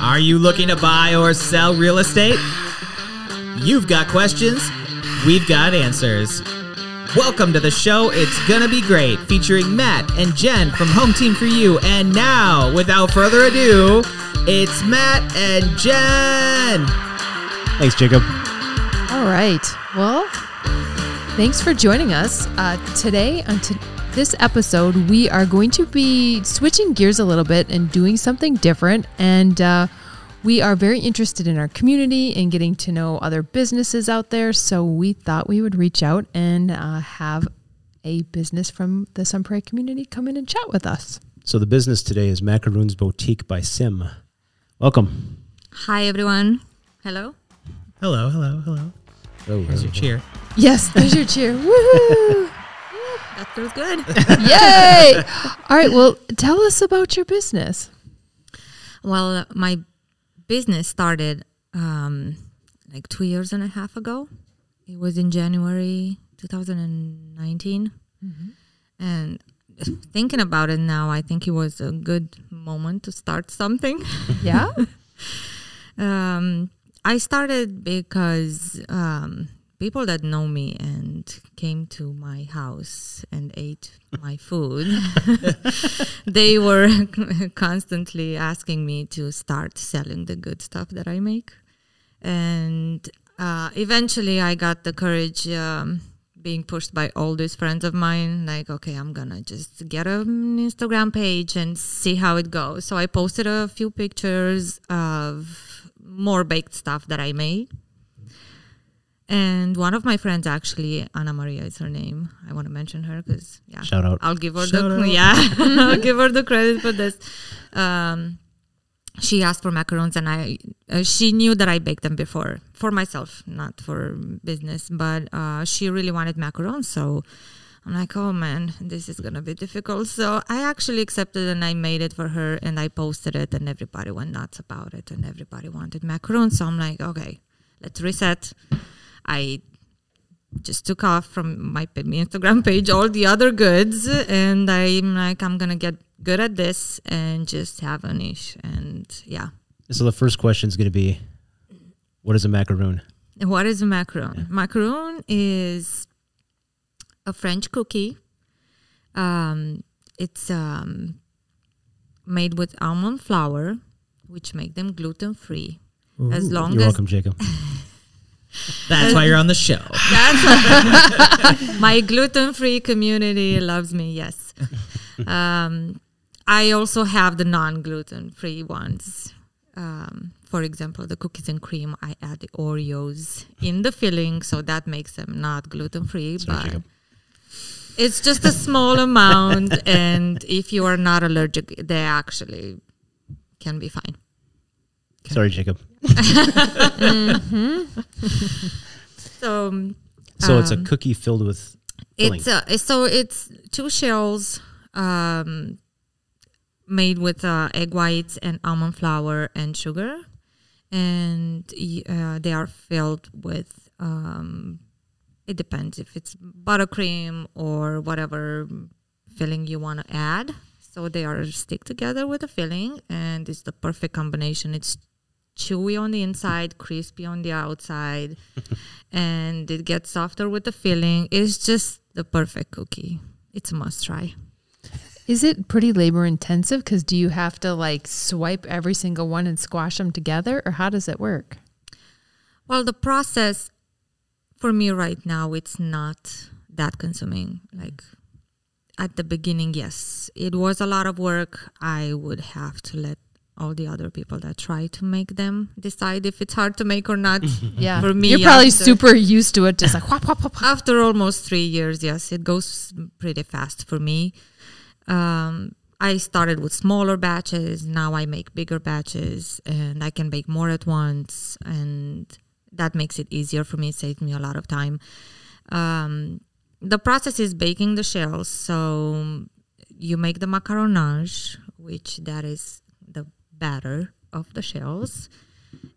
Are you looking to buy or sell real estate? You've got questions, we've got answers. Welcome to the show It's Gonna Be Great, featuring Matt and Jen from Home Team For You. And now, without further ado, it's Matt and Jen. Thanks, Jacob. All right. Well, thanks for joining us uh, today on to this episode. We are going to be switching gears a little bit and doing something different. And uh, we are very interested in our community and getting to know other businesses out there. So we thought we would reach out and uh, have a business from the Sun Prairie community come in and chat with us. So the business today is Macaroons Boutique by Sim. Welcome. Hi, everyone. Hello. Hello, hello, hello. Oh, There's your cheer. Yes, there's your cheer. Woohoo! That feels good. Yay! All right. Well, tell us about your business. well, my business started um, like two years and a half ago. It was in January 2019. And thinking about it now, I think it was a good moment to start something. Yeah. Um, I started because um, people that know me and came to my house and ate my food, they were constantly asking me to start selling the good stuff that I make. And uh, eventually I got the courage. Um, being pushed by all these friends of mine, like, okay, I'm gonna just get an Instagram page and see how it goes. So I posted a few pictures of more baked stuff that I made. And one of my friends, actually, Anna Maria is her name. I want to mention her because, yeah, Shout out. I'll give her Shout the out. yeah, I'll give her the credit for this. Um, she asked for macarons, and I uh, she knew that I baked them before for myself, not for business. But uh, she really wanted macarons, so I'm like, oh man, this is gonna be difficult. So I actually accepted, and I made it for her, and I posted it, and everybody went nuts about it, and everybody wanted macarons. So I'm like, okay, let's reset. I just took off from my p- Instagram page all the other goods, and I'm like, I'm gonna get good at this and just have a niche. And yeah, So the first question is going to be, what is a macaroon? what is a macaron? Macaron is a French cookie. Um, it's um, made with almond flour, which make them gluten free. As long You're as welcome, Jacob. That's why you're on the show. That's- my gluten-free community loves me. Yes. Um, I also have the non-gluten-free ones. Um, for example, the cookies and cream. I add the Oreos in the filling, so that makes them not gluten-free. Sorry, but Jacob. it's just a small amount, and if you are not allergic, they actually can be fine. Sorry, Jacob. So. um, So it's a cookie filled with filling. It's uh, so it's two shells um, made with uh, egg whites and almond flour and sugar, and y- uh, they are filled with. Um, it depends if it's buttercream or whatever filling you want to add. So they are stick together with the filling, and it's the perfect combination. It's chewy on the inside, crispy on the outside, and it gets softer with the filling. It's just the perfect cookie. It's a must try. Is it pretty labor intensive? Because do you have to like swipe every single one and squash them together, or how does it work? Well, the process for me right now, it's not that consuming. Like at the beginning, yes, it was a lot of work. I would have to let all the other people that try to make them decide if it's hard to make or not. Yeah, For me, you're probably after- super used to it, just like whop, whop, whop, whop. after almost three years, yes, it goes pretty fast for me. Um, I started with smaller batches. Now I make bigger batches, and I can bake more at once, and that makes it easier for me. It saves me a lot of time. Um, the process is baking the shells. So you make the macaronage, which that is the batter of the shells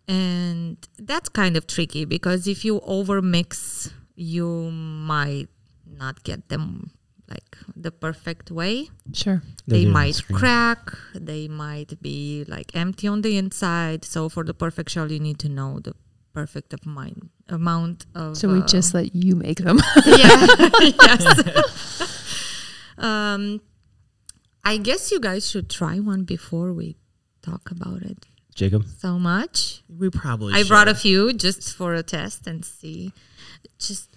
and that's kind of tricky because if you overmix you might not get them like the perfect way. Sure. They'll they do it on might screen. crack, they might be like empty on the inside. So for the perfect shell, you need to know the perfect of mine amount of. So we uh, just let you make them. yeah. yes. um, I guess you guys should try one before we talk about it Jacob. so much. We probably. I should. brought a few just for a test and see. Just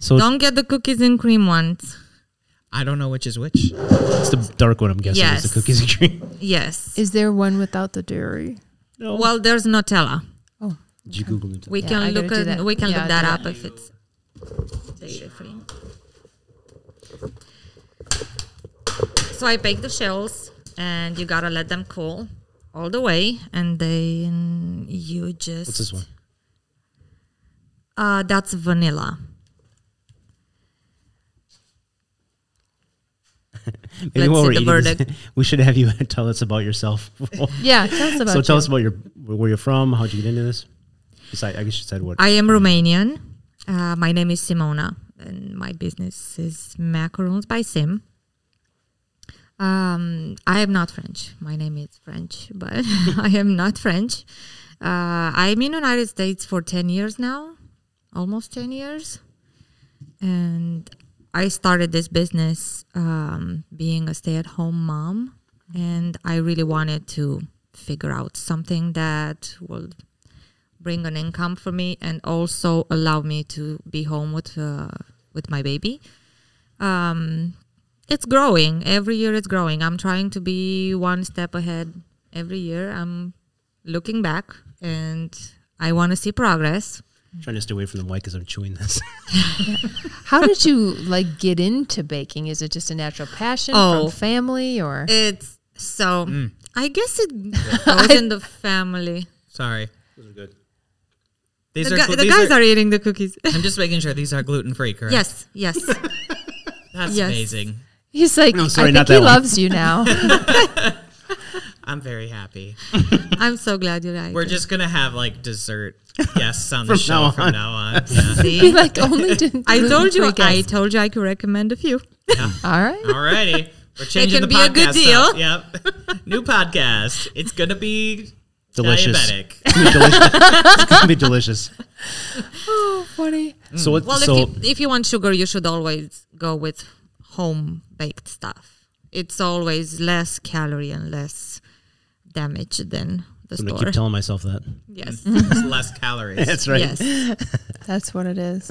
So don't get the cookies and cream ones. I don't know which is which. it's the dark one. I'm guessing Yes. is the cookies and cream. Yes. Is there one without the dairy? No. Well, there's Nutella. Oh, did you Google it? We Yeah, I can gotta look do at, that. we can Yeah, look that do up if it's dairy free. So I bake the shells, and you gotta let them cool all the way, and then you just What's this one? Uh, that's vanilla. Maybe while we're see the eating this, verdict. we should have you tell us about yourself. yeah. Tell us about. so tell you. us about your where you're from. How'd you get into this? Besides, I guess you said what. I am Romanian. Uh, my name is Simona, and my business is macarons by Sim. Um, I am not French. My name is French, but I am not French. Uh, I'm in United States for ten years now, almost ten years, and I started this business um, being a stay-at-home mom, and I really wanted to figure out something that will bring an income for me and also allow me to be home with uh, with my baby. Um, it's growing every year. It's growing. I'm trying to be one step ahead every year. I'm looking back and I want to see progress. trying to stay away from the mic because I'm chewing this. How did you like get into baking? Is it just a natural passion Oh. from family or? It's so. Mm. I guess it I- goes in the family. Sorry. Those are good. These The, are gu- glu- the these guys are eating the cookies. I'm just making sure these are gluten free, correct? yes, yes. That's yes. amazing. He's like, No, sorry, I not think that he one. loves you now. I'm very happy. I'm so glad you like. We're it. just gonna have like dessert guests on the From show now from on. now on. Yeah. He like only did. I told you. gluten-free I guess. told you I could recommend a few. All right. Alrighty. We're changing the can be podcast. a good up. Yep. New podcast. It's gonna be Delicious. diabetic. delicious. it's gonna be delicious. Oh, funny. So what? Mm. Well, so if, you, if you want sugar, you should always go with home baked stuff. It's always less calorie and less damage than the I'm gonna store. keep telling myself that. yes. It's less calories. That's right. Yes. That's what it is.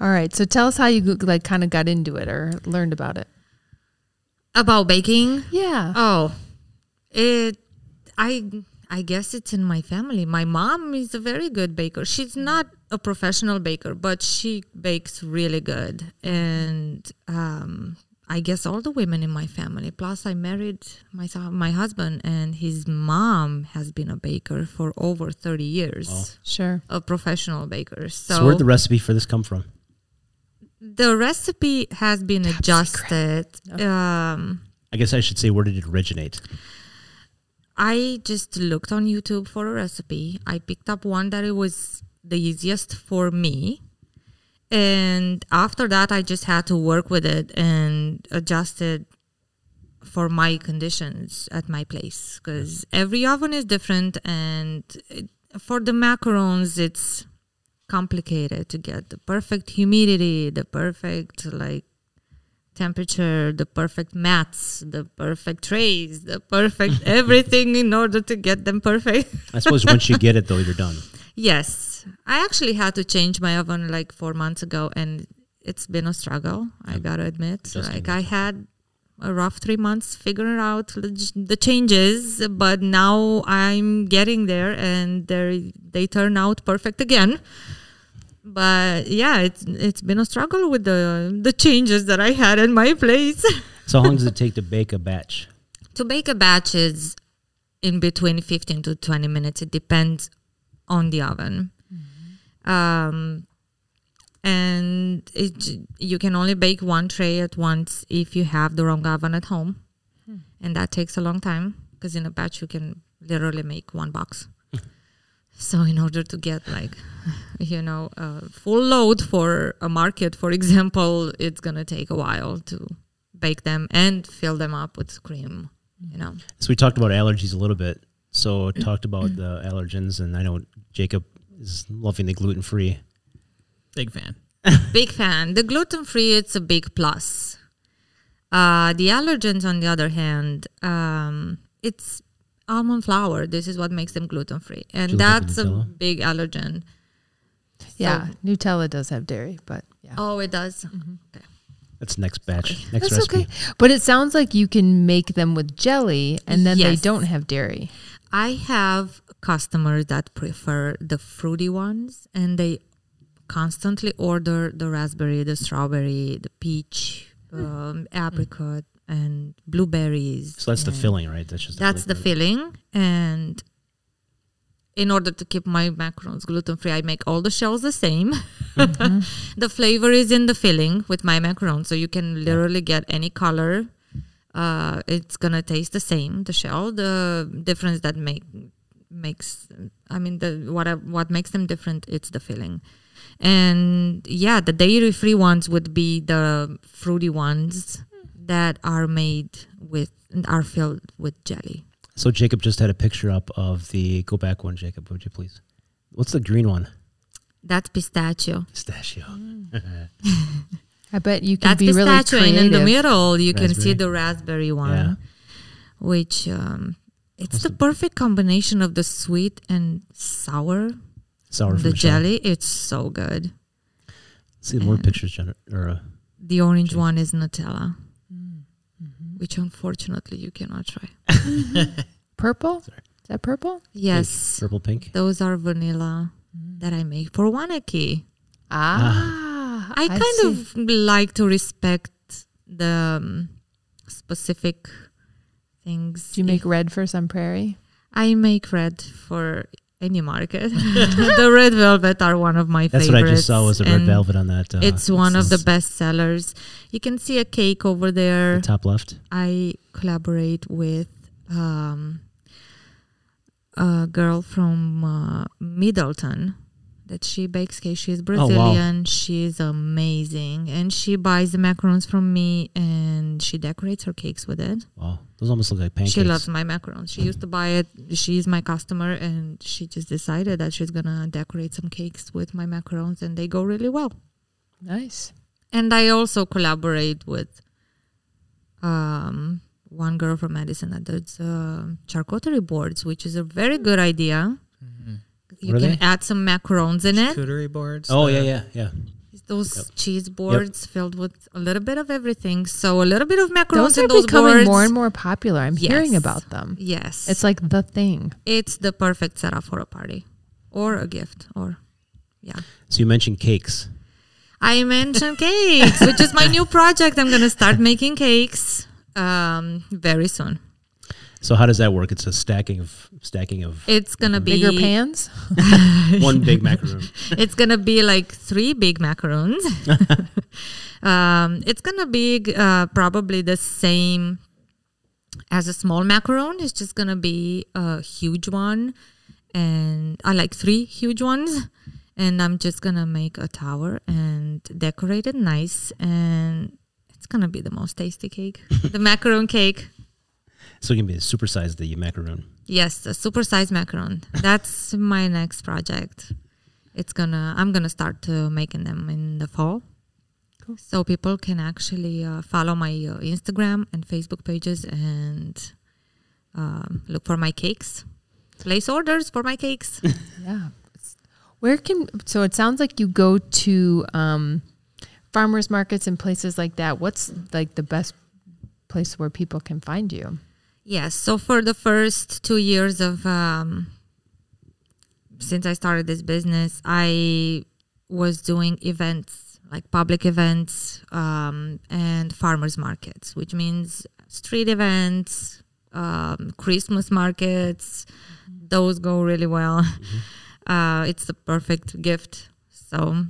All right. So tell us how you go- like kind of got into it or learned about it. Um, About baking. Yeah. Oh, it. I I guess it's in my family. My mom is a very good baker. She's not a professional baker, but she bakes really good. And um, I guess all the women in my family. Plus, I married my my husband, and his mom has been a baker for over thirty years. sure. A professional baker. So, So, where'd the recipe for this come from? the recipe has been adjusted. Um, I guess I should say where did it originate? I just looked on YouTube for a recipe. I picked up one that it was the easiest for me. And after that, I just had to work with it and adjust it for my conditions at my place because every oven is different. And it, for the macarons, it's complicated to get the perfect humidity, the perfect like temperature, the perfect mats, the perfect trays, the perfect everything in order to get them perfect. I suppose once you get it though, you're done. yes, I actually had to change my oven like four months ago, and it's been a struggle. I gotta admit, adjusting like I had a rough three months figuring out the the changes, but now I'm getting there, and they they turn out perfect again. But yeah, it's it's been a struggle with the the changes that I had in my place. So how long does it take to bake a batch? to bake a batch is in between 15 to 20 minutes it depends on the oven um, and it, j- you can only bake one tray at once if you have the wrong oven at home and that takes a long time because in a batch you can literally make one box so in order to get like you know a full load for a market for example it's gonna take a while to bake them and fill them up with cream. You know, So we talked about allergies a little bit. So talked about the allergens, and I know Jacob is loving the gluten free. Big fan. big fan. The gluten free, it's a big plus. Uh, the allergens, on the other hand, um, it's almond flour. This is what makes them gluten free, Do you and look at that's a Nutella? big allergen. Yeah, Nutella does have dairy, but yeah. Oh, it does. Okay. That's next batch, next That's recipe. okay. But it sounds like you can make them with jelly and then they Yes. don't have dairy. I have customers that prefer the fruity ones and they constantly order the raspberry, the strawberry, the peach, um, apricot, and blueberries. So that's the and- filling, right? That's just That's the filling. filling. And in order to keep my macarons gluten free, I make all the shells the same. the flavor is in the filling with my macarons, so you can literally get any color. Uh, it's gonna taste the same. The shell, the difference that make makes, I mean, the what I- what makes them different, it's the filling. And yeah, the dairy free ones would be the fruity ones that are made with are filled with jelly. So Jacob just had a picture up of the go back one, Jacob, would you please? What's the green one? That's pistachio. Pistachio. Mm. I bet you can That's be really pistachio, and creative. in the middle you can see Raspberry. the raspberry one, Yeah. which um, it's the perfect combination of the sweet and sour. Sour from the Michelle. jelly, it's so good. See more and- pictures, Jen. Or uh, The orange Jeez. one is Nutella, which unfortunately you cannot try. Purple? Sorry. Is that purple? Yes, purple, pink. those are vanilla that I make for Wanaki. Ah. I, kind see. of like to respect the um, specific things. Do you make red for some prairie? I make red for any market. the red velvet are one of my That's favorites. what I just saw was the red and velvet on that. Uh, It's one of the the best sellers. You can see a cake over there. top left. I collaborate with um, a girl from uh, Middleton that she bakes cake. She's Oh, wow. Brazilian. She's amazing. And she buys the macarons from me and she decorates her cakes with it. Wow, those almost look like pancakes. She loves my macarons. She used to buy it. She's my customer and she just decided that she's going to decorate some cakes with my macarons and they go really well. Nice. And I also collaborate with um, one girl from Madison that does uh, charcuterie boards, which is a very good idea. You What are can they? add some macarons in it. Charcuterie boards. Oh uh, yeah, yeah, yeah. It's Those cheese boards filled with a little bit of everything. So a little bit of macarons Those in are those becoming boards. more and more popular. I'm hearing Yes. about them. yes, It's like the thing. it's the perfect setup for a party or a gift or yeah. So you mentioned cakes. I mentioned cakes, which is my new project. I'm gonna start making cakes um, very soon. So how does that work? It's a stacking of stacking of It's gonna be Bigger pans? one big macaroon. it's gonna be like three big macaroons. um, it's gonna be uh, probably the same as a small macaron. It's just gonna be a huge one, and I like three huge ones. And I'm just gonna make a tower and decorate it nice, and it's gonna be the most tasty cake, the macaron cake. So you can be supersize the macaroon. Yes, a supersized macaron. That's my next project. It's gonna. I'm gonna start uh, making them in the fall, Cool. so people can actually uh, follow my uh, Instagram and Facebook pages and um, look for my cakes. Place orders for my cakes. Yeah. Where can so it sounds like you go to um, farmers markets and places like that. What's like the best place where people can find you? Yes. So for the first two years of um, since I started this business, I was doing events like public events um, and farmers markets, which means street events, um, Christmas markets. Those go really well. Uh, it's the perfect gift. So,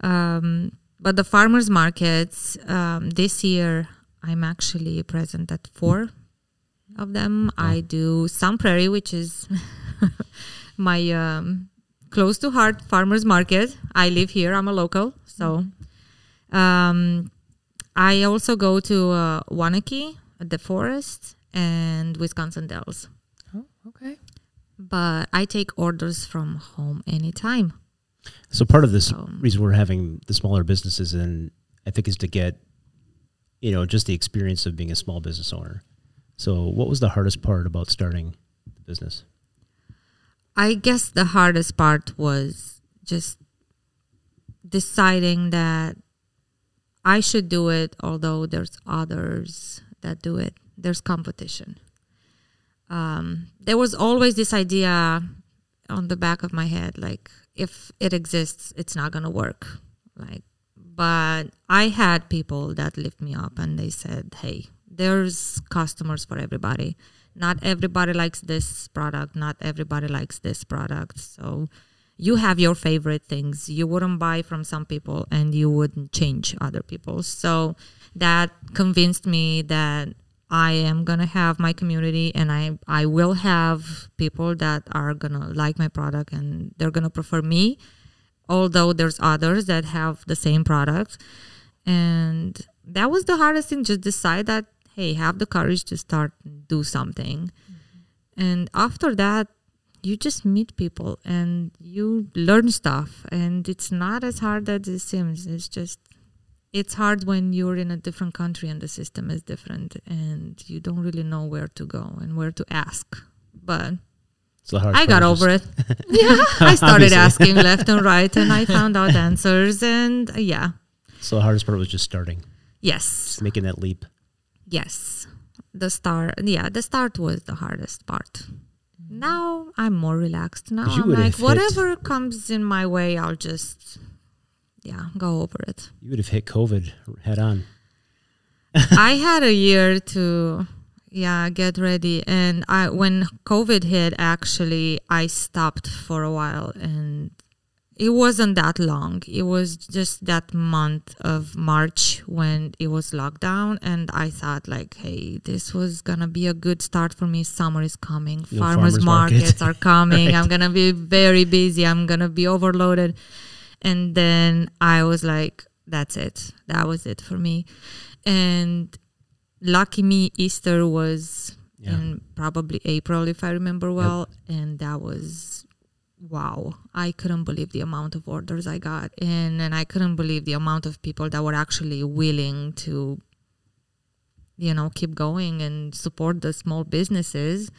um, but the farmers markets um, this year, I'm actually present at four of them. I do Sun Prairie, which is my um, close to heart farmers market. I live here. I'm a local, so um, I also go to uh, Wanakee, the forest, and Wisconsin Dells. Oh, okay. But I take orders from home anytime. So part of this Um, reason we're having the smaller businesses and I think is to get, you know, just the experience of being a small business owner. So what was the hardest part about starting the business? I guess the hardest part was just deciding that I should do it, although there's others that do it. There's competition. Um, there was always this idea on the back of my head, like if it exists, it's not gonna work. Like, but I had people that lift me up and they said, "Hey, there's customers for everybody. Not everybody likes this product. Not everybody likes this product. So." You have your favorite things. You wouldn't buy from some people and you wouldn't change other people's. So that convinced me that I am gonna have my community, and I I will have people that are gonna like my product and they're gonna prefer me. Although there's others that have the same product, and that was the hardest thing. Just decide that hey, have the courage to start and do something, and after that, you just meet people and you learn stuff, and it's not as hard as it seems. It's just it's hard when you're in a different country and the system is different and you don't really know where to go and where to ask. But So the hard I got over it. yeah. I started asking left and right and I found out answers and uh, yeah. So the hardest part was just starting, Yes. making that leap. Yes. The start yeah, the start was the hardest part. Now I'm more relaxed. Now You I'm would like have hit- whatever comes in my way, I'll just yeah, go over it. You would have hit COVID head on. I had a year to yeah get ready and I when covid hit actually I stopped for a while and it wasn't that long it was just that month of March when it was lockdown and I thought like hey this was going to be a good start for me summer is coming Your farmers, farmers market. markets are coming Right. I'm going to be very busy I'm going to be overloaded and then I was like, that's it. That was it for me. And lucky me, Easter was Yeah. in probably April, if I remember well. And that was wow. I couldn't believe the amount of orders I got. And, and I couldn't believe the amount of people that were actually willing to, you know, keep going and support the small businesses.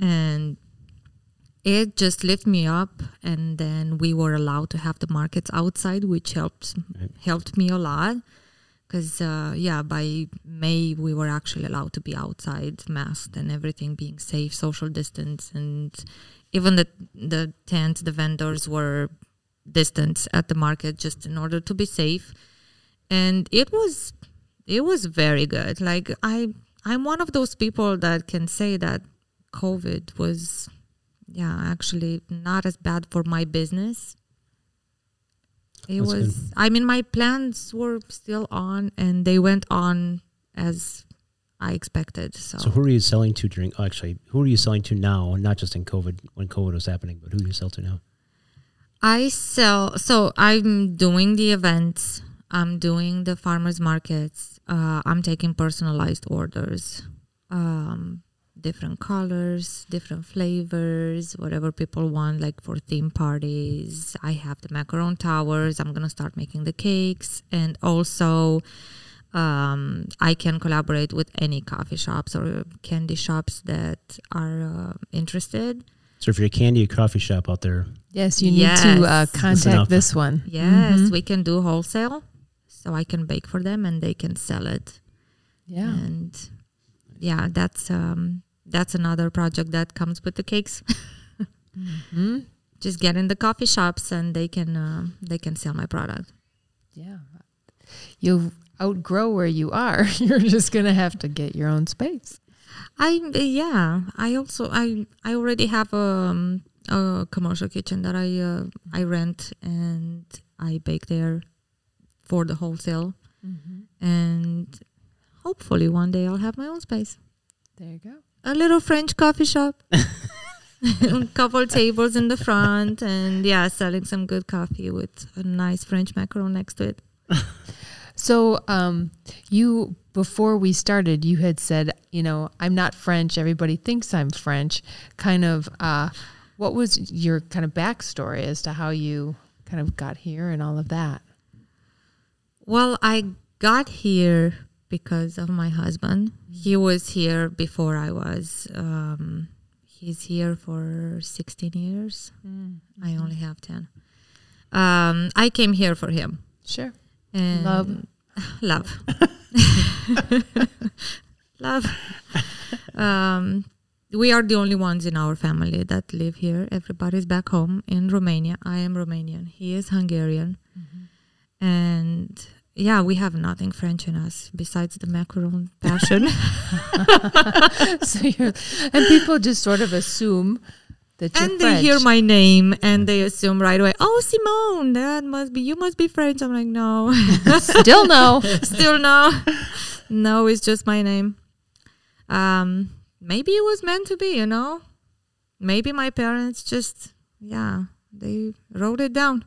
And it just lifted me up and then we were allowed to have the markets outside which helped Right. helped me a lot because uh, yeah by may we were actually allowed to be outside masked and everything being safe social distance and even the the tents the vendors were distance at the market just in order to be safe and it was it was very good like i i'm one of those people that can say that covid was yeah actually not as bad for my business it That's was i mean my plans were still on and they went on as i expected so, So who are you selling to during? oh, Actually, who are you selling to now? Not just in COVID when COVID was happening, but who do you sell to now? i sell so i'm doing the events i'm doing the farmers markets uh, i'm taking personalized orders um, different colors, different flavors, whatever people want, like for theme parties. I have the macaron towers. I'm gonna start making the cakes, and also um, I can collaborate with any coffee shops or candy shops that are uh, interested. So if you're a candy or coffee shop out there, Yes, you need Yes. to uh, up. contact this one. Yes, Mhm. we can do wholesale, so I can bake for them and they can sell it. Yeah. And yeah, that's um, that's another project that comes with the cakes. hmm just get in the coffee shops and they can uh, they can sell my product. Yeah. You'll outgrow where you are. You're just going to have to get your own space. I yeah. I also I I already have a, um, a commercial kitchen that I uh, I rent and I bake there for the wholesale Mm-hmm. and hopefully one day I'll have my own space. There you go. A little French coffee shop. couple tables in the front and yeah selling some good coffee with a nice french macaron next to it So, um, you before we started, you had said, you know, I'm not French. Everybody thinks I'm French. Kind of. Uh, what was your kind of backstory as to how you kind of got here and all of that? Well, I got here because of my husband. He was here before I was. Um, he's here for 16 years. I only have 10. Um, I came here for him. Sure. And Love. love love um, we are the only ones in our family that live here everybody's back home in romania i am romanian he is hungarian and yeah we have nothing french in us besides the macaron passion so you're, and people just sort of assume that you're and they French. Mm. hear my name and they assume right away oh simone that must be you must be french i'm like no Still no. still no no it's just my name um maybe it was meant to be you know maybe my parents just yeah they wrote it down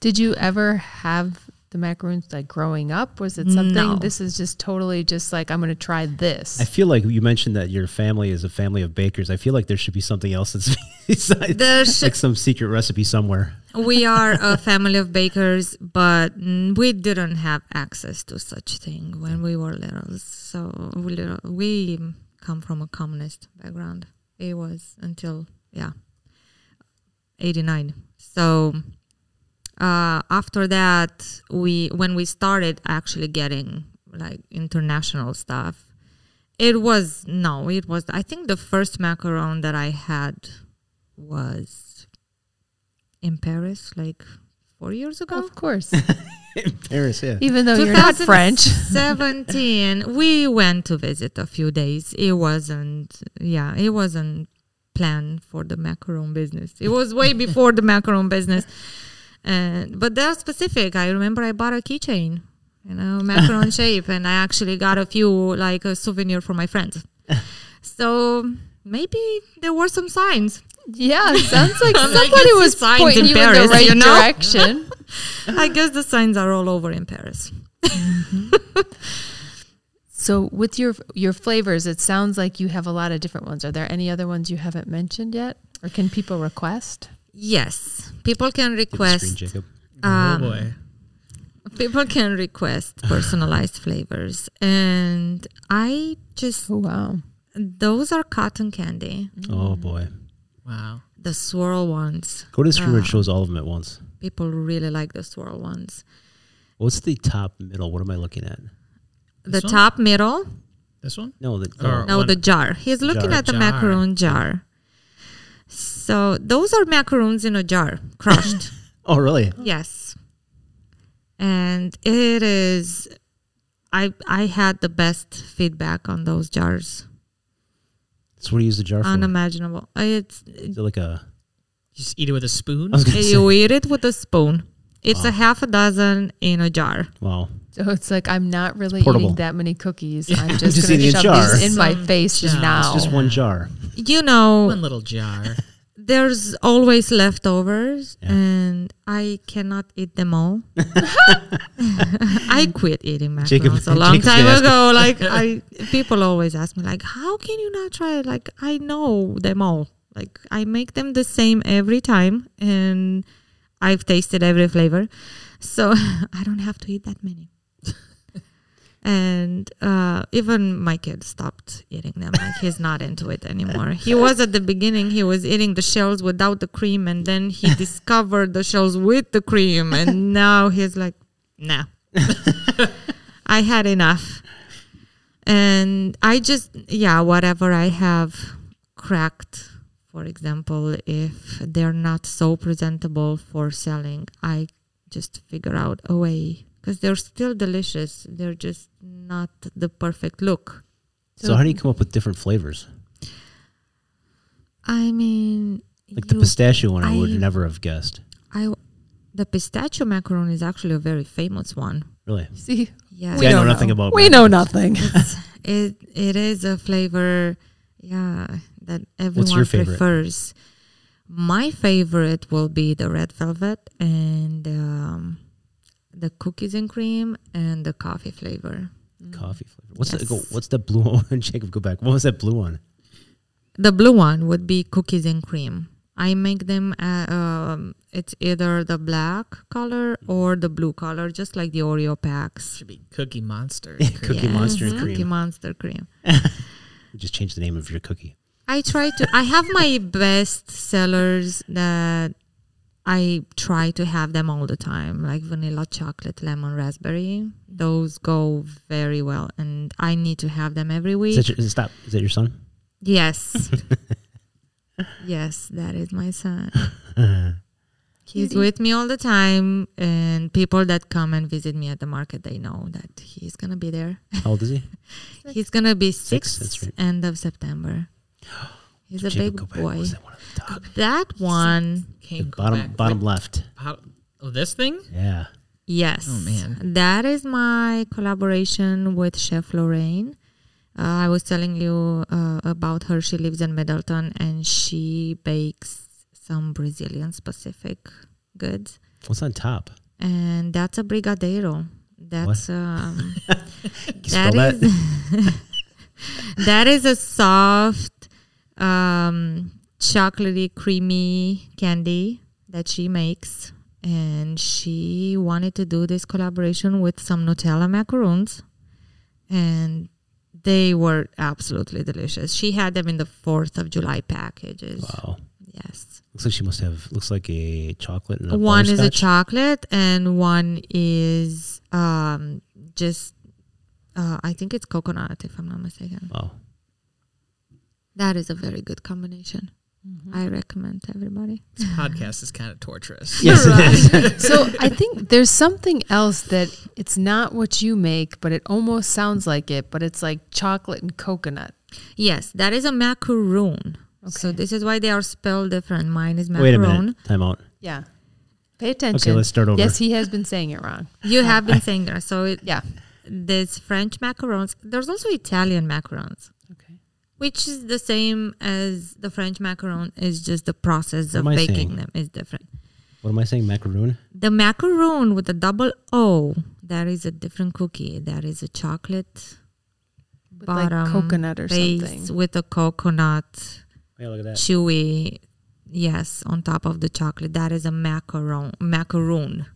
Did you ever have the macaroons like growing up? Was it something No. this is just totally just like I'm gonna try this? I feel like you mentioned that your family is a family of bakers. I feel like there should be something else that's besides, There should- like some secret recipe somewhere. we are a family of bakers but mm, we didn't have access to such thing when we were little so we, little, we come from a communist background it was until yeah 89 so uh, after that we when we started actually getting like international stuff it was no it was i think the first macaron that i had was in paris like four years ago Of course. Paris, yeah. Even though you're not French. 2017 we went to visit a few days it wasn't yeah it wasn't planned for the macaron business it was way before the macaron business and but they're specific i remember i bought a keychain you know macaron shape and i actually got a few like a souvenir for my friends so maybe there were some signs Yeah, it sounds like I'm like, somebody it's was signs pointing in you in Paris, the right you know? direction. i guess the signs are all over in paris So with your your flavors, it sounds like you have a lot of different ones. Are there any other ones you haven't mentioned yet? Or can people request? yes people can Get the screen, request Jacob. oh um, boy. people can request personalized flavors and i just Oh wow. those are cotton candy Oh boy, Wow. the swirl ones go to the screen where it shows all of them at once. people really like the swirl ones What's the top middle? What am I looking at? the This one? top middle This one? No, the, Or- no One- the jar he's looking Jar. at the Jar. macaron jar so those are macaroons in a jar crushed oh really? Yes. And it is I I had the best feedback on those jars. That's what do you use the jar for? Unimaginable. It's Is it like a? You just eat it with a spoon? I was gonna say, you eat it with a spoon. It's a half a dozen in a jar. wow, So it's like I'm not really portable. eating that many cookies. I'm just, Just gonna eating a shove jar. these in my face Just- now. it's just Oh. one jar. You know, One little jar. there's always leftovers Yeah. and I cannot eat them all. I quit eating macarons Jacob- a long Jacob's time gonna ask- ago. Like I people always ask me like how can you not try it? Like I know them all. Like I make them the same every time and I've tasted every flavor. So I don't have to eat that many. And uh, even my kid stopped eating them. Like he's not into it anymore. He was at the beginning. He was eating the shells without the cream, and then he discovered the shells with the cream, and now he's like, "Nah, I had enough." And I just, yeah, whatever I have cracked, for example, if they're not so presentable for selling, I just figure out a way because they're still delicious. They're just not the perfect look. So, how do you come up with different flavors? I mean, Like the you- pistachio one, I would I- never have guessed. I, the pistachio macaron is actually a very famous one. Really? See, Yeah, See, I know nothing about We macarons. know nothing. it's, it it is a flavor, yeah, that your everyone favorite? prefers. My favorite will be the red velvet and um, the cookies and cream and the coffee flavor. Coffee flavor. What's the Yes. go, what's the blue one? Jacob, go back. What was that blue one? The blue one would be cookies and cream. I make them. Uh, um, it's either the black color or the blue color, just like the Oreo packs. Should be Cookie Monster. Cookie Monster and Cookie cream. Monster cream. Just change the name of your cookie. I try to. I have my best sellers that I try to have them all the time, like vanilla, chocolate, lemon, raspberry. Those go very well, and I need to have them every Is week. that your, is, that, is that your son? yes, yes, that is my son. He's Cutie. with me all the time, and people that come and visit me at the market, they know that he's gonna be there. How old is he? He's gonna be Six, six, that's right. end of September. He's a Jacob, big go back. What boy. was that one at the top? That one, The Came bottom back. bottom Wait, left. how- oh, this thing? Yeah. yes. Oh, man. That is my collaboration with Chef Lorraine. Uh, I was telling you uh, about her. She lives in Middleton and she bakes some Brazilian specific goods. What's on top? And that's a brigadeiro. That's um, Can you spell that? that is a soft, um, chocolatey, creamy candy that she makes, and she wanted to do this collaboration with some Nutella macaroons, and they were absolutely delicious. She had them in the Fourth of July packages. Wow. Yes, Looks like she must have looks like a chocolate and a one is a butterscotch. chocolate, and one is um, just. Uh, I think it's coconut, if I'm not mistaken. Wow. That is a very good combination. Mm-hmm. I recommend to everybody. This podcast is kind of torturous. Yes, so I think there's something else that it's not what you make, but it almost sounds like it, but it's like chocolate and coconut. Yes, that is a macaroon. So Okay. this is why they are spelled different. Mine is Wait a macaron. minute. Time out. Yeah. Pay attention. let's start over. Yes, he has been saying it wrong. You have been saying that. So it, Yeah. there's French macarons. There's also Italian macarons, Okay. which is the same as the French macaron. Is just the process What of am I baking saying? them is different. What am I saying? Macaroon? The macaroon with the double O, that is a different cookie. That is a chocolate With bottom like coconut or base something. with a coconut. Yeah, look at that. chewy yes on top of the chocolate that is a macaron macaroon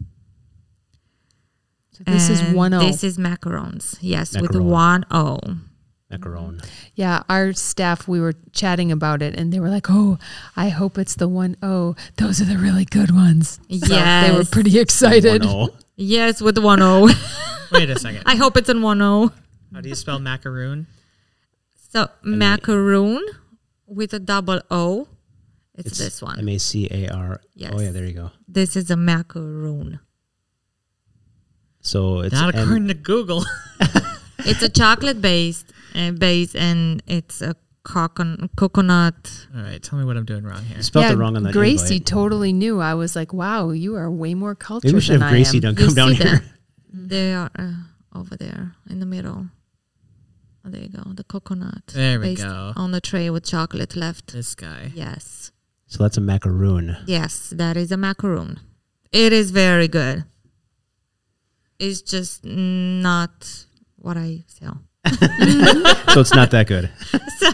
So this is And one oh. O. this is macarons yes with Macaron. one oh. o Macaron. Yeah, our staff we were chatting about it and they were like, "Oh, I hope it's the one O. Those are the really good ones." So they were Yes. pretty excited. One oh. O. yes with one o Wait a second. i hope it's in one o How do you spell macaroon? so macaroon with a double o it's, this one M A C A R. Yes. Oh yeah, there you go. this is a macaroon So it's Not M- according to Google. it's a chocolate based uh, base and it's a cocon- coconut All right, tell me what I'm doing wrong here. you spelled it wrong on that. Gracie invite. totally knew. I was like, "Wow, you are way more cultured Maybe we should than have Gracie I am." don't come You down see here. them. Mm-hmm. They are uh, over there in the middle. Oh, there you go. The coconut. There we based go. On the tray with chocolate left. This guy. Yes. So that's a macaroon. Yes, that is a macaroon. It is very good. It's just not what I sell. so it's not that good. So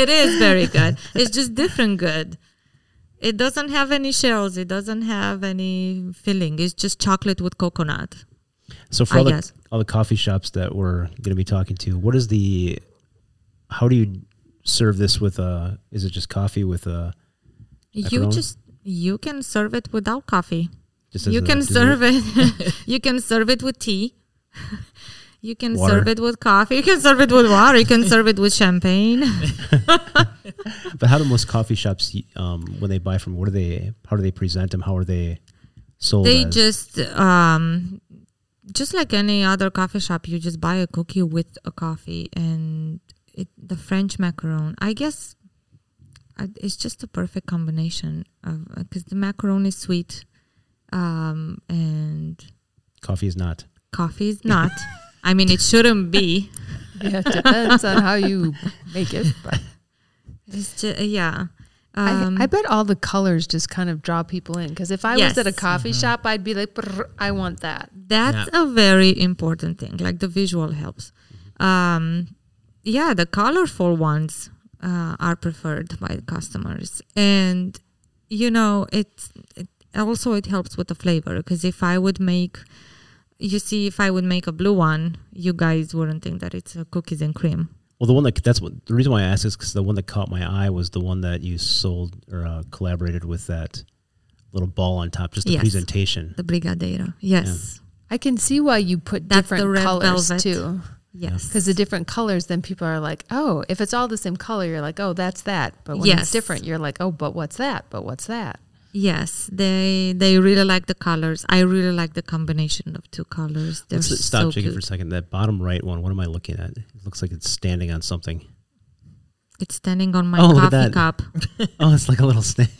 it is very good. It's just different good. It doesn't have any shells. It doesn't have any filling. It's just chocolate with coconut. So for I all the, guess. all the coffee shops that we're going to be talking to, what is the? How do you serve this with a? Is it just coffee with a? You Macaron? just you can serve it without coffee. Just as you a can dessert? serve it you can serve it with tea you can serve Water. it with coffee you can serve it with water you can serve it with champagne But how do most coffee shops um, when they buy from? What do they? How do they present them? How are they sold? they as? just um just like any other coffee shop you just buy a cookie with a coffee and it, the french macaron i guess uh, it's just a perfect combination of because the macaron is sweet um and coffee is not. coffee is not i mean it shouldn't be Yeah, it depends on how you make it. But It's just, yeah. I, I bet all the colors just kind of draw people in. Because if I was at a Yes. Mm-hmm. coffee shop, I'd be like, "Brr, I want that. That's a very important thing. Like the visual helps. Um, yeah, the colorful ones uh, are preferred by the customers, and you know it's it also it helps with the flavor because if I would make, you see, if I would make a blue one, you guys wouldn't think that it's a cookies and cream. Well, the one that that's what the reason why I asked is because the one that caught my eye was the one that you sold or uh, collaborated with that little ball on top, just the Yes. presentation. The brigadeiro, yes, I can see why you put That's the different red colors velvet. too. yes, Because the different colors, then people are like, oh, if it's all the same color, you're like, oh, that's that. But when it's Yes. different, you're like, oh, but what's that? But what's that? yes. They they really like the colors. I really like the combination of two colors. They're Let's stop so Jacob cute. for a second. That bottom right one. What am I looking at? It looks like it's standing on something. It's standing on my Oh, look at coffee that. cup. Oh, it's like a little snake.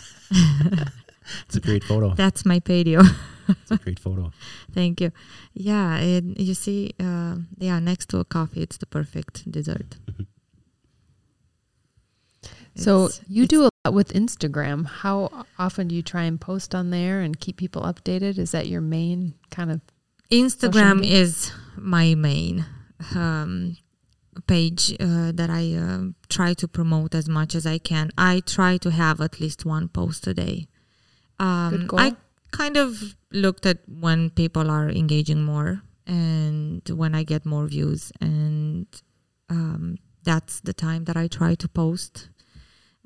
it's a great photo. That's my patio. It's a great photo. Thank you. Yeah, and you see, uh, yeah, next to a coffee, it's the perfect dessert. so It's- you it's- do a lot with Instagram. How often do you try and post on there and keep people updated? Is that your main kind of? social Instagram media? is my main um, page uh, that I uh, try to promote as much as I can. I try to have at least one post a day. Um, goal. I kind of looked at when people are engaging more and when I get more views, and um, that's the time that I try to post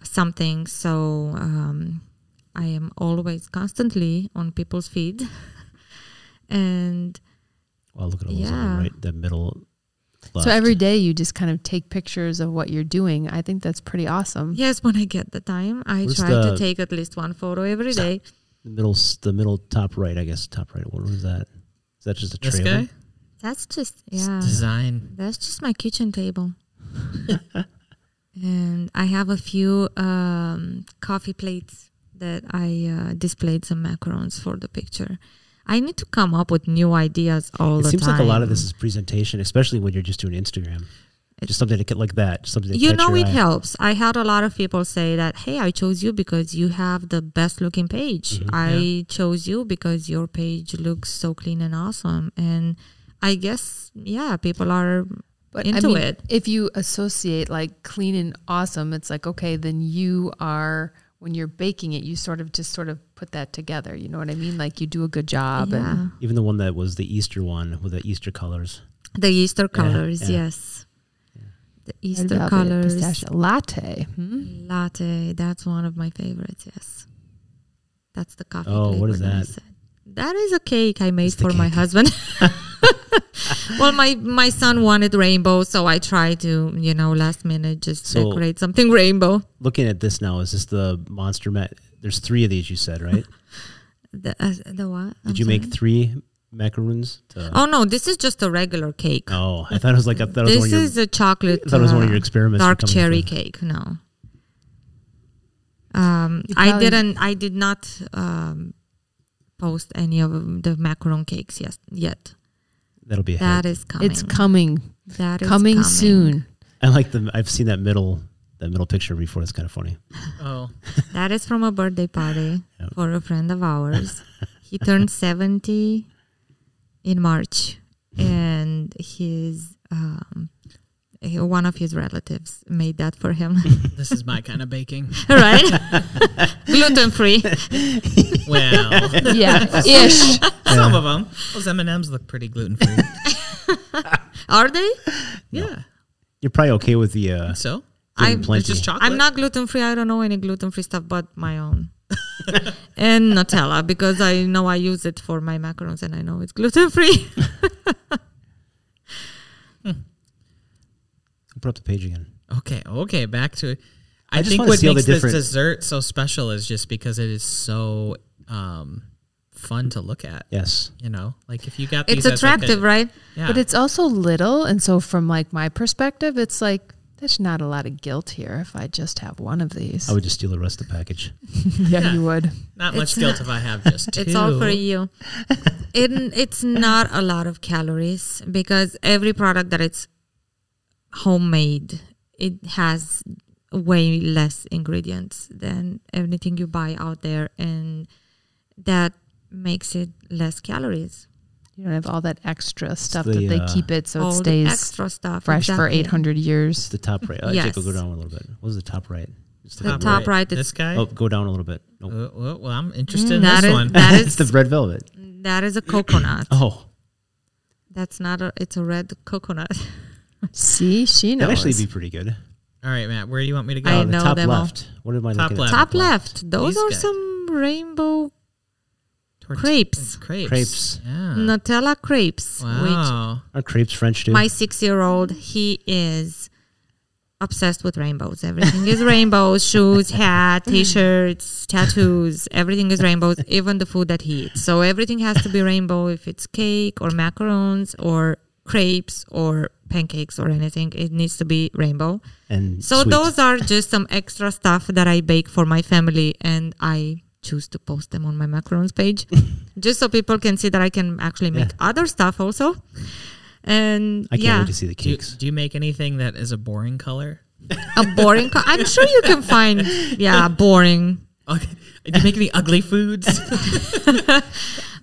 something. So um, I am always constantly on people's feed. And Wow, look at all those on Yeah. the right, the middle. Left. So every day you just kind of take pictures of what you're doing. I think that's pretty awesome. Yes, when I get the time, I Where's try the- to take at least one photo every day. the middle, s- the middle top right. I guess top right. What was that? Is that just a This trailer? guy? That's just It's yeah. Design. That's just my kitchen table. and I have a few um, coffee plates that I uh, displayed some macarons for the picture. I need to come up with new ideas all It the seems time. like a lot of this is presentation, especially when you're just doing Instagram. just something to get like that. Something to you catch know your it eye. helps i had a lot of people say that hey i chose you because you have the best looking page Mm-hmm. i chose you because your page looks so clean and awesome and i guess yeah people are But into it. If you associate like clean and awesome, it's like okay, then you are when you're baking it, you sort of just sort of put that together. You know what I mean? Like you do a good job. yeah. And Even the one that was the Easter one with the Easter colors. the easter colors yeah. yes the Red easter velvet, colors pistachio latte. Hmm? latte that's one of my favorites yes that's the coffee Oh, plate what is we're gonna that? set. that is a cake i made It's the for my cake. husband well my my son wanted rainbow so i tried to you know last minute just So- decorate something rainbow Looking at this now, is this the monster mat? There's three of these you said, right? the, uh, the what I'm Did you make sorry. three macaroons? To, oh no this is just a regular cake oh, I thought it was like I thought it was this one of your, is a chocolate I thought it was one of uh, your experiments. you're dark coming up cherry with. cake no um You i probably- didn't i did not um post any of the macaron cakes yes yet That'll be. A that hit. is coming It's coming, that is coming soon. I like the. I've seen that middle that middle picture before. It's kind of funny. Oh, that is from a birthday party Yep. for a friend of ours he turned 70 in march and his um he- one of his relatives made that for him this is my kind of baking. right gluten free Well, yeah, ish. some of them. Those M and M's look pretty gluten free. are they Yeah. You're probably okay with the. Uh, So Getting I'm plenty. it's just chocolate. I'm not gluten free. I don't know any gluten free stuff but my own. and Nutella because I know I use it for my macarons and I know it's gluten free. put up the page again. Okay. Okay. Back to. I, I just think wanna what see all the makes this different- dessert so special is just because it is so um, fun to look at. Yes. You know, like if you got these it's as, like, a- attractive, right? Yeah. But it's also little, and so from like my perspective, it's like there's not a lot of guilt here if I just have one of these. I would just steal the rest of the package. yeah, yeah. you would. not much it's guilt if I have just two. It's all for you. it, it's not a lot of calories because every product that it's homemade, it has way less ingredients than anything you buy out there and that makes it less calories You don't have all that extra stuff the, that they uh, keep it so it all the stays extra stuff fresh for exactly. 800 It's years. the top right. Uh, Jake, Yes. will go down a little bit. What was the top right? It's The top right, it's- This guy. Oh, go down a little bit. Nope. Oh, oh, well, I'm interested in Mm, That this is- one. that it's the red velvet. that is a coconut Oh, that's not a it's a red coconut See, she that'd knows. actually be pretty good. Uh, All right, Matt, where do you want me to go? I the know top them all. left. What am I Top looking at? left. top left those These are guys. some rainbow Tort- crepes. Oh, Crepes. Crepes. Yeah. nutella crepes which wow. Are crepes French too? my six year old he is obsessed with rainbows everything is rainbows shoes hat t-shirts tattoos everything is rainbows even the food that he eats so everything has to be rainbow if it's cake or macarons or crepes or pancakes or anything it needs to be rainbow and so sweet. those are just some extra stuff that i bake for my family and i choose to post them on my macarons page just so people can see that i can actually make other stuff also and I can't yeah wait to see the Do you, cakes. do you make anything that is a boring color? a boring. Co- I'm sure you can find. Yeah, boring. Mm. Okay. Do you make any ugly foods?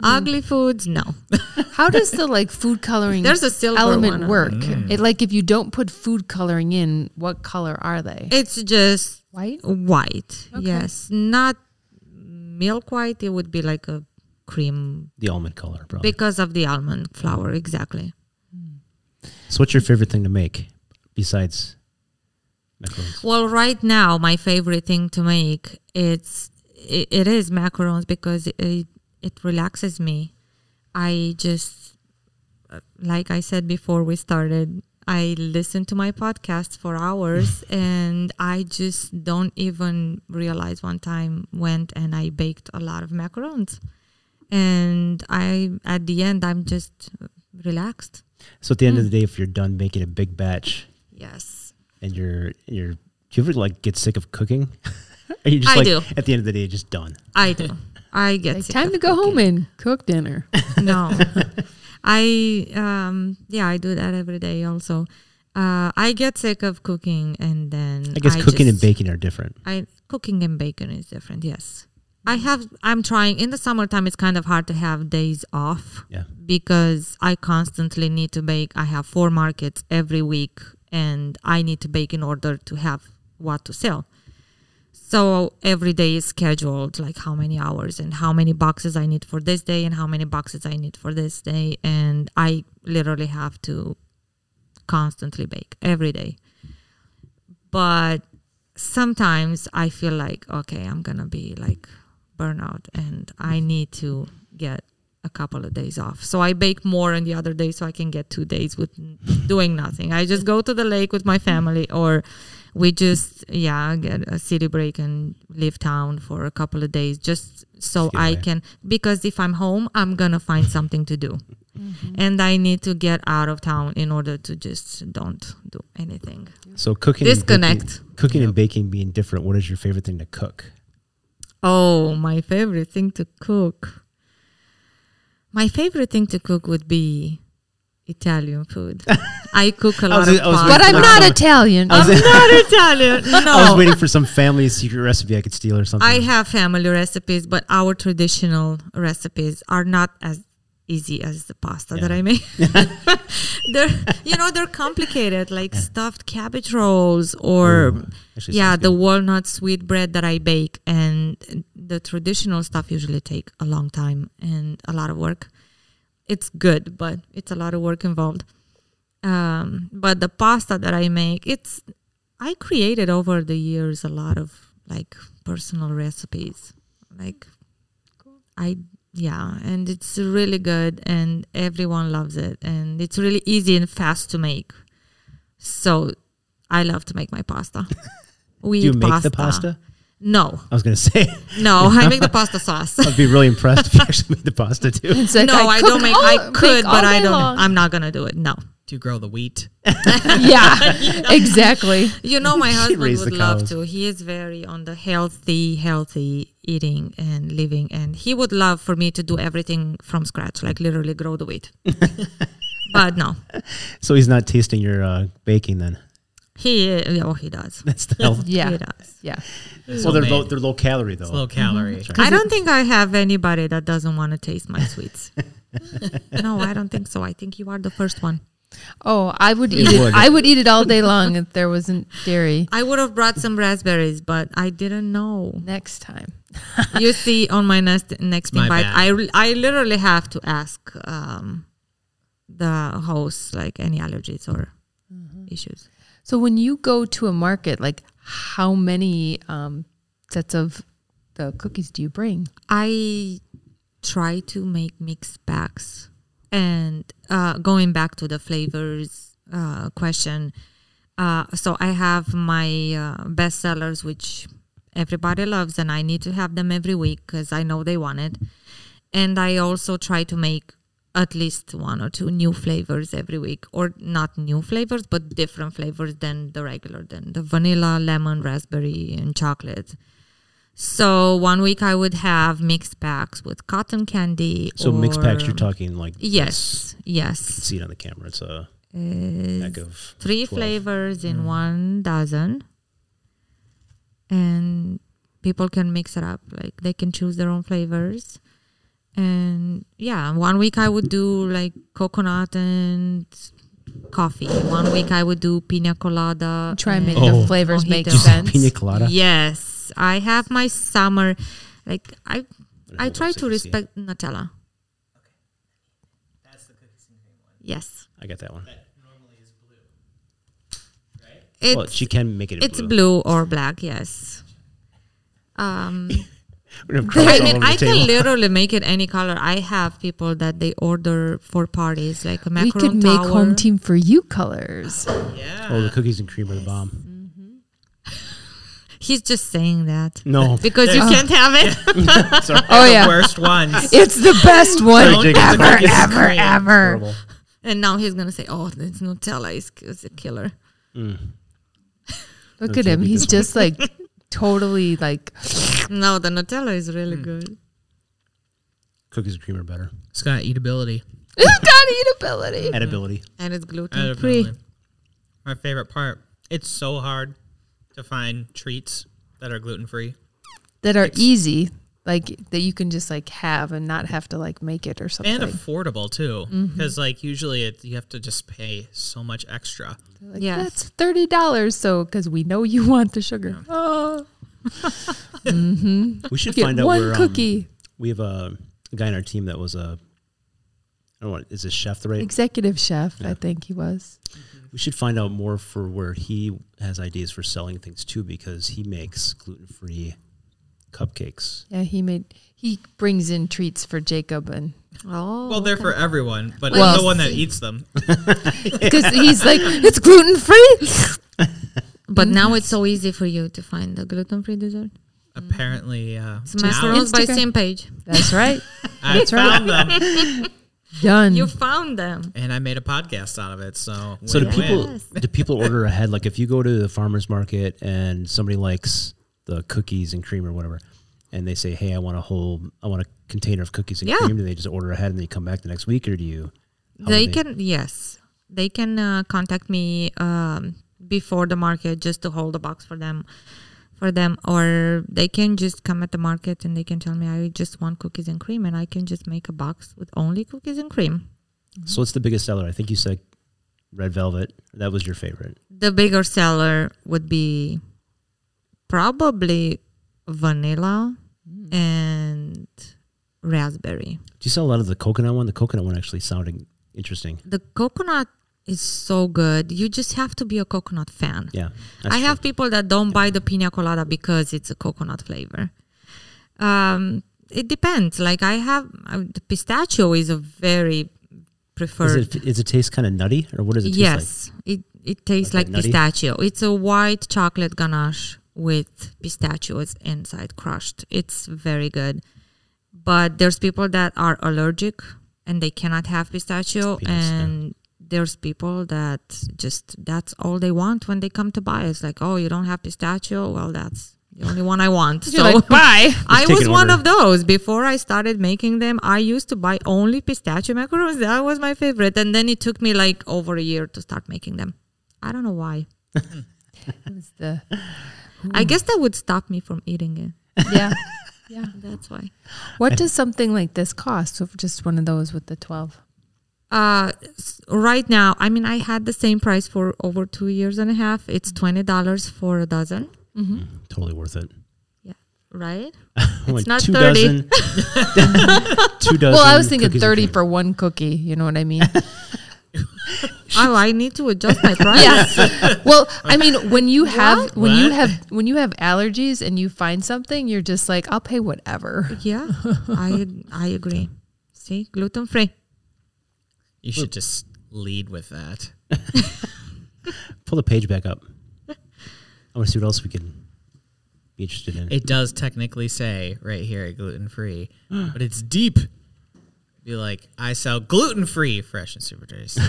Ugly foods, no. How does the like food coloring There's a silver element one. work? Mm. It like if you don't put food coloring in, what color are they? It's just White? white. Okay. Yes, not milk white. It would be like a cream the almond color, probably. because of the almond flour. Exactly. So, what's your favorite thing to make besides macarons? Well, right now my favorite thing to make it's it, it is macarons because it it relaxes me. I just like I said before we started, I listen to my podcast for hours and I just don't even realize one time went and I baked a lot of macarons. And I at the end I'm just relaxed. So, at the end of the mm. day, if you're done making a big batch Yes. and you're you're, do you ever like get sick of cooking? Are you just I like do. at the end of the day just done? I do. I get Like, sick time of to go cooking. home and cook dinner. no i um yeah i do that every day also uh i get sick of cooking and then I guess cooking and just- baking are different. i cooking and bacon is different yes i have i'm trying in the summertime it's kind of hard to have days off Yeah. because i constantly need to bake i have four markets every week and i need to bake in order to have what to sell so every day is scheduled like how many hours and how many boxes i need for this day and how many boxes i need for this day and i literally have to constantly bake every day but sometimes I feel like, okay, I'm gonna be like burnout and I need to get a couple of days off. So I bake more on the other day so I can get two days with n- doing nothing. I just go to the lake with my family or we just yeah get a city break and leave town for a couple of days just so Just get I away. can because if I'm home I'm gonna find something to do and I need to get out of town in order to just don't do anything So cooking And disconnect baking, cooking and baking being different. What is your favorite thing to cook? Oh, my favorite thing to cook. My favorite thing to cook would be Italian food. I cook a lot was- of I was pasta. But I'm Like, not um, Italian. I was- I'm not Italian. I was No. waiting for some family secret recipe I could steal or something. Oh. I have family recipes, but our traditional recipes are not as easy as the pasta that Yeah. I make. they're you know, they're complicated, like stuffed cabbage rolls or Ooh, actually yeah sounds the good. walnut sweet bread that i bake and the traditional stuff usually take a long time and a lot of work it's good but it's a lot of work involved um, but the pasta that i make it's i created over the years a lot of like personal recipes like i yeah and it's really good and everyone loves it and it's really easy and fast to make so i love to make my pasta we Do you eat make the pasta? no I was gonna say no i make the pasta sauce I'd be really impressed if you actually made the pasta too. It's like, no i, cook don't make all- i could bake all but i day don't long. i'm not gonna do it no to grow the wheat. yeah, exactly. You know, my She husband raised would the love cows. to. He is very on the healthy, healthy eating and living, and he would love for me to do everything from scratch, like literally grow the wheat. but no, So he's not tasting your uh, baking then. He, yeah, oh, he does. That's the health. He Yeah. does. Yeah. Well, they're Mm-hmm. low, both they're low calorie though. low calorie. I don't think I have anybody that doesn't want to taste my sweets. no, I don't think so. I think you are the first one. Oh, I would You eat it. would. I would eat it all day long if there wasn't dairy. I would have brought some raspberries, but I didn't know. Next time. You see, on my next next My invite, bad. I re- I literally have to ask um, the host like any allergies or Mm-hmm. issues. So when you go to a market, like how many um, sets of the cookies do you bring? I try to make mixed bags. And uh, going back to the flavors uh, question, uh, so I have my uh, best sellers, which everybody loves, and I need to have them every week because I know they want it. And I also try to make at least one or two new flavors every week, or not new flavors, but different flavors than the regular, than the vanilla, lemon, raspberry, and chocolate. So one week I would have mixed packs with cotton candy. So mixed packs, or- you're talking like Yes, yes. See it on the camera. It's a Uh, pack of three 12. flavors in Mm. one dozen, and people can mix it up. Like they can choose their own flavors. And yeah, one week I would do like coconut and coffee. One week I would do pina colada. Try and make Oh. the flavors make Mojito. Just sense. pina colada. Yes, I have my summer. Like I, I hold try up so to you can see it. respect Nutella. Yes, I got that one. it's well, Oh, she can make it. in it's blue. blue or black. Yes. Um, We're gonna have I crumbs all mean, over the I can table. literally make it any color. I have people that they order for parties, like a We macaron could make tower. home team for you colors. Oh, Yeah. the cookies and cream are the bomb. He's just saying that No, because you can't have it. Oh yeah, The worst ones. it's the best one Sorry, Jake, it's the ever, cookies and ever, cream. ever. horrible. and now he's gonna say, "Oh, it's Nutella is, is a killer." Look Okay, at him. we He's just- just like totally like. No, the Nutella is Hmm. really good. Cookies and cream are better. It's got eatability. It's got eatability. Edibility. And it's gluten free. Eatability. My favorite part. It's so hard to find treats that are gluten free. that are easy, like that you can just like have and not have to like make it or something. and affordable too because like usually it, you have to just pay so much extra like, Yes. That's thirty dollars. So because we know you want the sugar. Oh, We should get find out one where um, cookie. we have a, a guy in our team that was a. I don't know. Is a chef the right? Executive chef, I Yeah. think he was. We should find out more for where he has ideas for selling things too, because he makes gluten-free cupcakes. Yeah, he made he brings in treats for Jacob and Oh, well they're for everyone but Well- i'm the one that eats them because he's like it's gluten free. but now Mm-hmm. it's so easy for you to find the gluten free dessert. apparently uh, It's macarons by Instagram. same page. That's right. i found them Done. You found them. and i made a podcast out of it so So do win-win. people do people order ahead? Like if you go to the farmers market and somebody likes the cookies and cream or whatever, and they say, "Hey, I want a whole, I want a container of cookies and Yeah. cream," do they just order ahead and then you come back the next week, or do you? how they do can yes they can uh, contact me um, before the market just to hold the box for them for them or they can just come at the market and they can tell me i just want cookies and cream and i can just make a box with only cookies and cream So what's the biggest seller? I think you said red velvet. That was your favorite. the bigger seller would be probably vanilla and raspberry Do you sell a lot of the coconut one? The coconut one actually sounded interesting. the coconut is so good you just have to be a coconut fan Yeah, I have people that don't buy the pina colada because it's a coconut flavor. Um, it depends. Like I have uh, the pistachio is a very Is preferred. it is it taste kind of nutty or what does it taste like? yes, it it tastes Like like a nutty? pistachio. It's a white chocolate ganache with pistachios inside crushed. It's very good. But there's people that are allergic and they cannot have pistachio Peanuts, yeah. and there's people that just that's all they want when they come to buy. It's like, "Oh, you don't have pistachio? Well, that's the only one I want." You're like, bye. I Just take was an one order. of those. Before I started making them, I used to buy only pistachio macarons. That was my favorite. And then it took me like over a year to start making them. I don't know why. It was the I guess that would stop me from eating it. yeah. Yeah. That's why. What does something like this cost? So just one of those with the 12. Uh, s- right now, I mean, I had the same price for over two years and a half. It's twenty dollars for a dozen, Totally worth it. right? It's not 30. Dozen, two dozen. Well, I was thinking cookies and 30 cream. for one cookie. You know what I mean? oh, I need to adjust my price. yeah. Well, I mean, when you have What? when you What? have when you have allergies and you find something, you're just like, I'll pay whatever. Yeah, I I agree. See, gluten free. You should just lead with that. Pull the page back up. I want to see what else we can be interested in. It does technically say right here gluten free, but it's deep. Be like, I sell gluten free fresh and super tasty.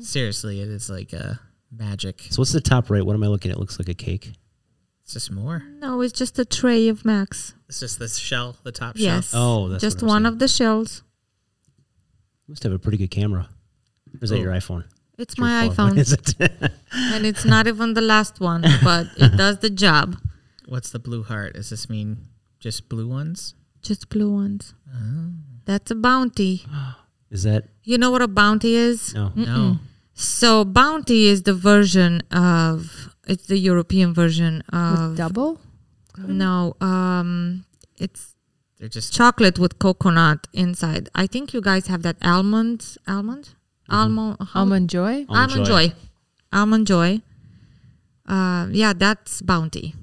Seriously, it is like a magic. so what's the top right? What am I looking at? It looks like a cake. It's just more. No, it's just a tray of Max. It's just the shell, the top Yes. shell. Oh, that's just what I'm one saying. of the shells. Must have a pretty good camera. Or is that Oh. your iPhone? It's Your my phone. iPhone, Is it? and it's not even the last one, but it does the job. What's the blue heart? Does this mean just blue ones? Just blue ones. Ah. That's a bounty. Is that You know what a bounty is? no? No. So bounty is the version of it's the European version of With double? no, um, it's They're just chocolate with coconut inside. I think you guys have that almond, almond, Mm-hmm. almond, how- Almond Joy? almond joy, almond joy. Uh, yeah, that's bounty,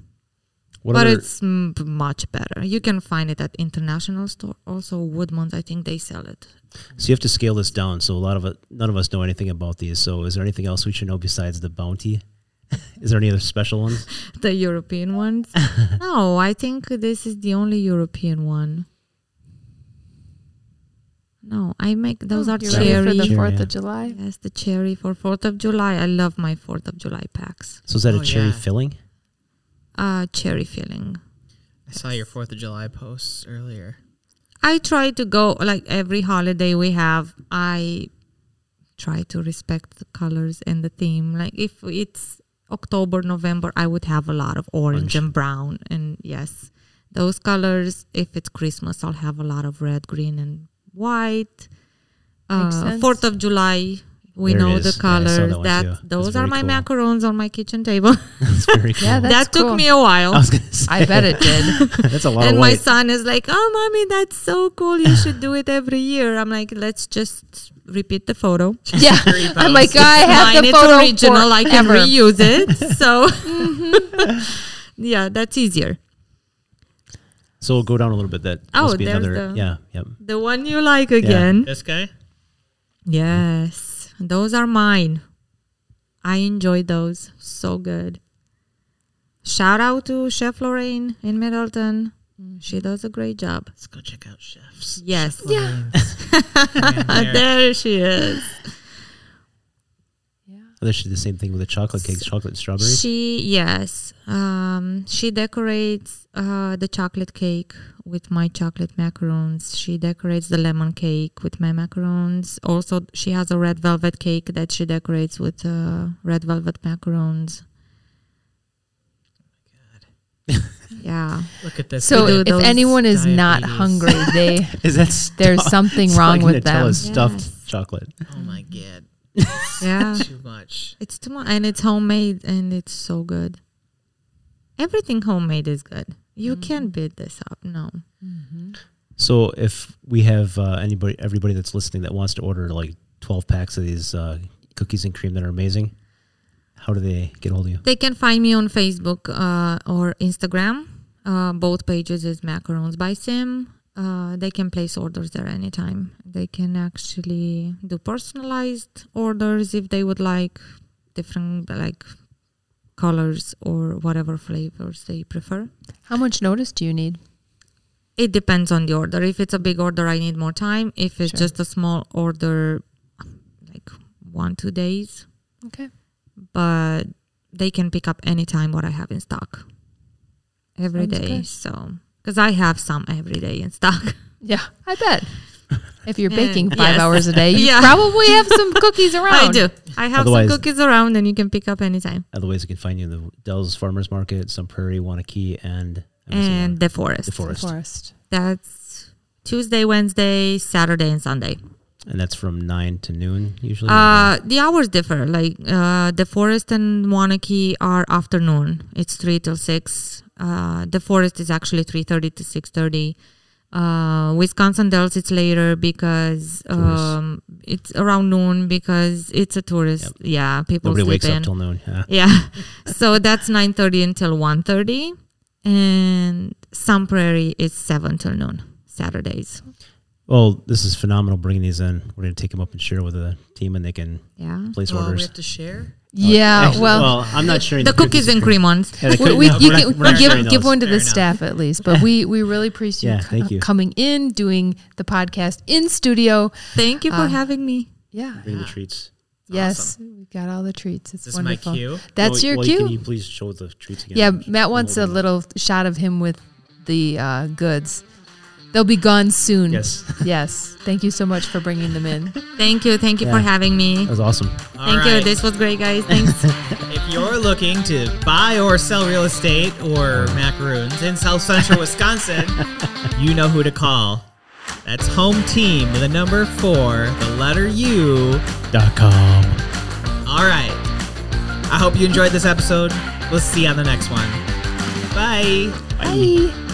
What but other, it's m- much better. You can find it at international store. Also, Woodmont, I think they sell it. so you have to scale this down. So a lot of it, none of us know anything about these. So is there anything else we should know besides the bounty? is there any other special ones? The European ones? no, I think this is the only European one. No, I make those Oh, are you're ready cherry. for the Cherry. 4th of July. yes, the cherry for Fourth of July. I love my Fourth of July packs. So is that Oh, a cherry yeah. filling? Uh, cherry filling. I saw your Fourth of July posts earlier. I try to go like every holiday we have. I try to respect the colors and the theme. Like if it's October, November, I would have a lot of orange Orange. and brown, and yes, those colors. If it's Christmas, I'll have a lot of red, green, and white. Makes Uh, sense. Fourth of July, we There it know the is. Yeah, I saw that colors. one that too. That's those are very my cool. macarons on my kitchen table. That's very cool. Yeah, That's that took cool. me a while. I was gonna say, I bet it did. that's a lot and of my white. son is like, "Oh, mommy, that's so cool! You should do it every year." I'm like, "Let's just repeat the photo." yeah. I'm like, I have Mine the is photo original. I can forever. reuse it. So, Mm-hmm. yeah, that's easier. so we'll go down a little bit. That Oh, must be there's another. the- Yeah, yep. Oh, The one you like uh, again. This guy? Yes, those are mine. I enjoy those. So good. Shout out to Chef Lorraine in Middleton. She does a great job. Let's go check out chefs. Oh Yes. Yeah. Yeah. There she is. They should do the same thing with the chocolate cakes, chocolate and strawberry. She yes, um, she decorates uh, the chocolate cake with my chocolate macarons. She decorates the lemon cake with my macarons. Also, she has a red velvet cake that she decorates with uh, red velvet macarons. yeah, Look at this. So do if those anyone is not diabetes. hungry, they Is that stuff? there's something wrong with them. stuffed Yes. chocolate. oh my god. yeah, Uh, Too much. it's too much, and it's homemade, and it's so good. Everything homemade is good. You can't beat this up. No. Mm-hmm. So if we have uh, anybody, everybody that's listening that wants to order like twelve packs of these uh, cookies and cream that are amazing, how do they get hold of you? They can find me on Facebook uh, or Instagram. Uh, both pages is Macarons by Sim. Uh, they can place orders there anytime. They can actually do personalized orders if they would like different like colors or whatever flavors they prefer. How much notice do you need? It depends on the order. If it's a big order, I need more time. If it's Sure. just a small order, like one two days, Okay. but they can pick up anytime what I have in stock every Sounds day. good. So, because I have some every day in stock. Yeah, I bet. If you're Yeah. baking five Yes. hours a day, you Yeah. probably have some cookies around. I do. I have Otherwise- some cookies around and you can pick up anytime. Otherwise, you can find you in the Dells Farmers Market, some Prairie, Wanakee, and Amazon, And the forest. the forest. Oh, Forest. That's Tuesday, Wednesday, Saturday, and Sunday. And that's from nine to noon usually. Uh, Mm. the hours differ. Like uh, the forest and Wanakee are afternoon. It's three till six. Uh, the forest is actually three thirty to six thirty. Uh, Wisconsin Dells it's later because um, it's around noon because it's a tourist. Yeah, people Nobody sleep wakes in. up till noon. Yeah. yeah, so that's nine thirty until one thirty, and Sun Prairie is seven till noon Saturdays. Well, this is phenomenal bringing these in. We're going to take them up and share with the team, and they can Yeah, place Oh, we orders. have to share. Yeah. Actually, well, I'm not sharing the cookies and cream ones. Yeah, the we, cookies- no, we, you we're not- can we're not give, sharing give those. one to the Fair enough. staff at least, but we, we really appreciate Yeah, you, co- thank you. coming in, doing the podcast in studio. Thank you for Uh, having me. Yeah. Bring the treats. Yes. We got all the treats. It's Is this wonderful. my cue? That's Well, your well, cue. Can you please show the treats again? Yeah, Matt wants a little shot of him with the uh, goods. They'll be gone soon. Yes. Yes. Thank you so much for bringing them in. Thank you. Thank you for Yeah. having me. That was awesome. All Thank you. right. This was great, guys. Thanks. If you're looking to buy or sell real estate or macaroons in South Central Wisconsin, you know who to call. That's Home Team, the number four, the letter U. Dot com. All right. I hope you enjoyed this episode. We'll see you on the next one. Bye. Bye.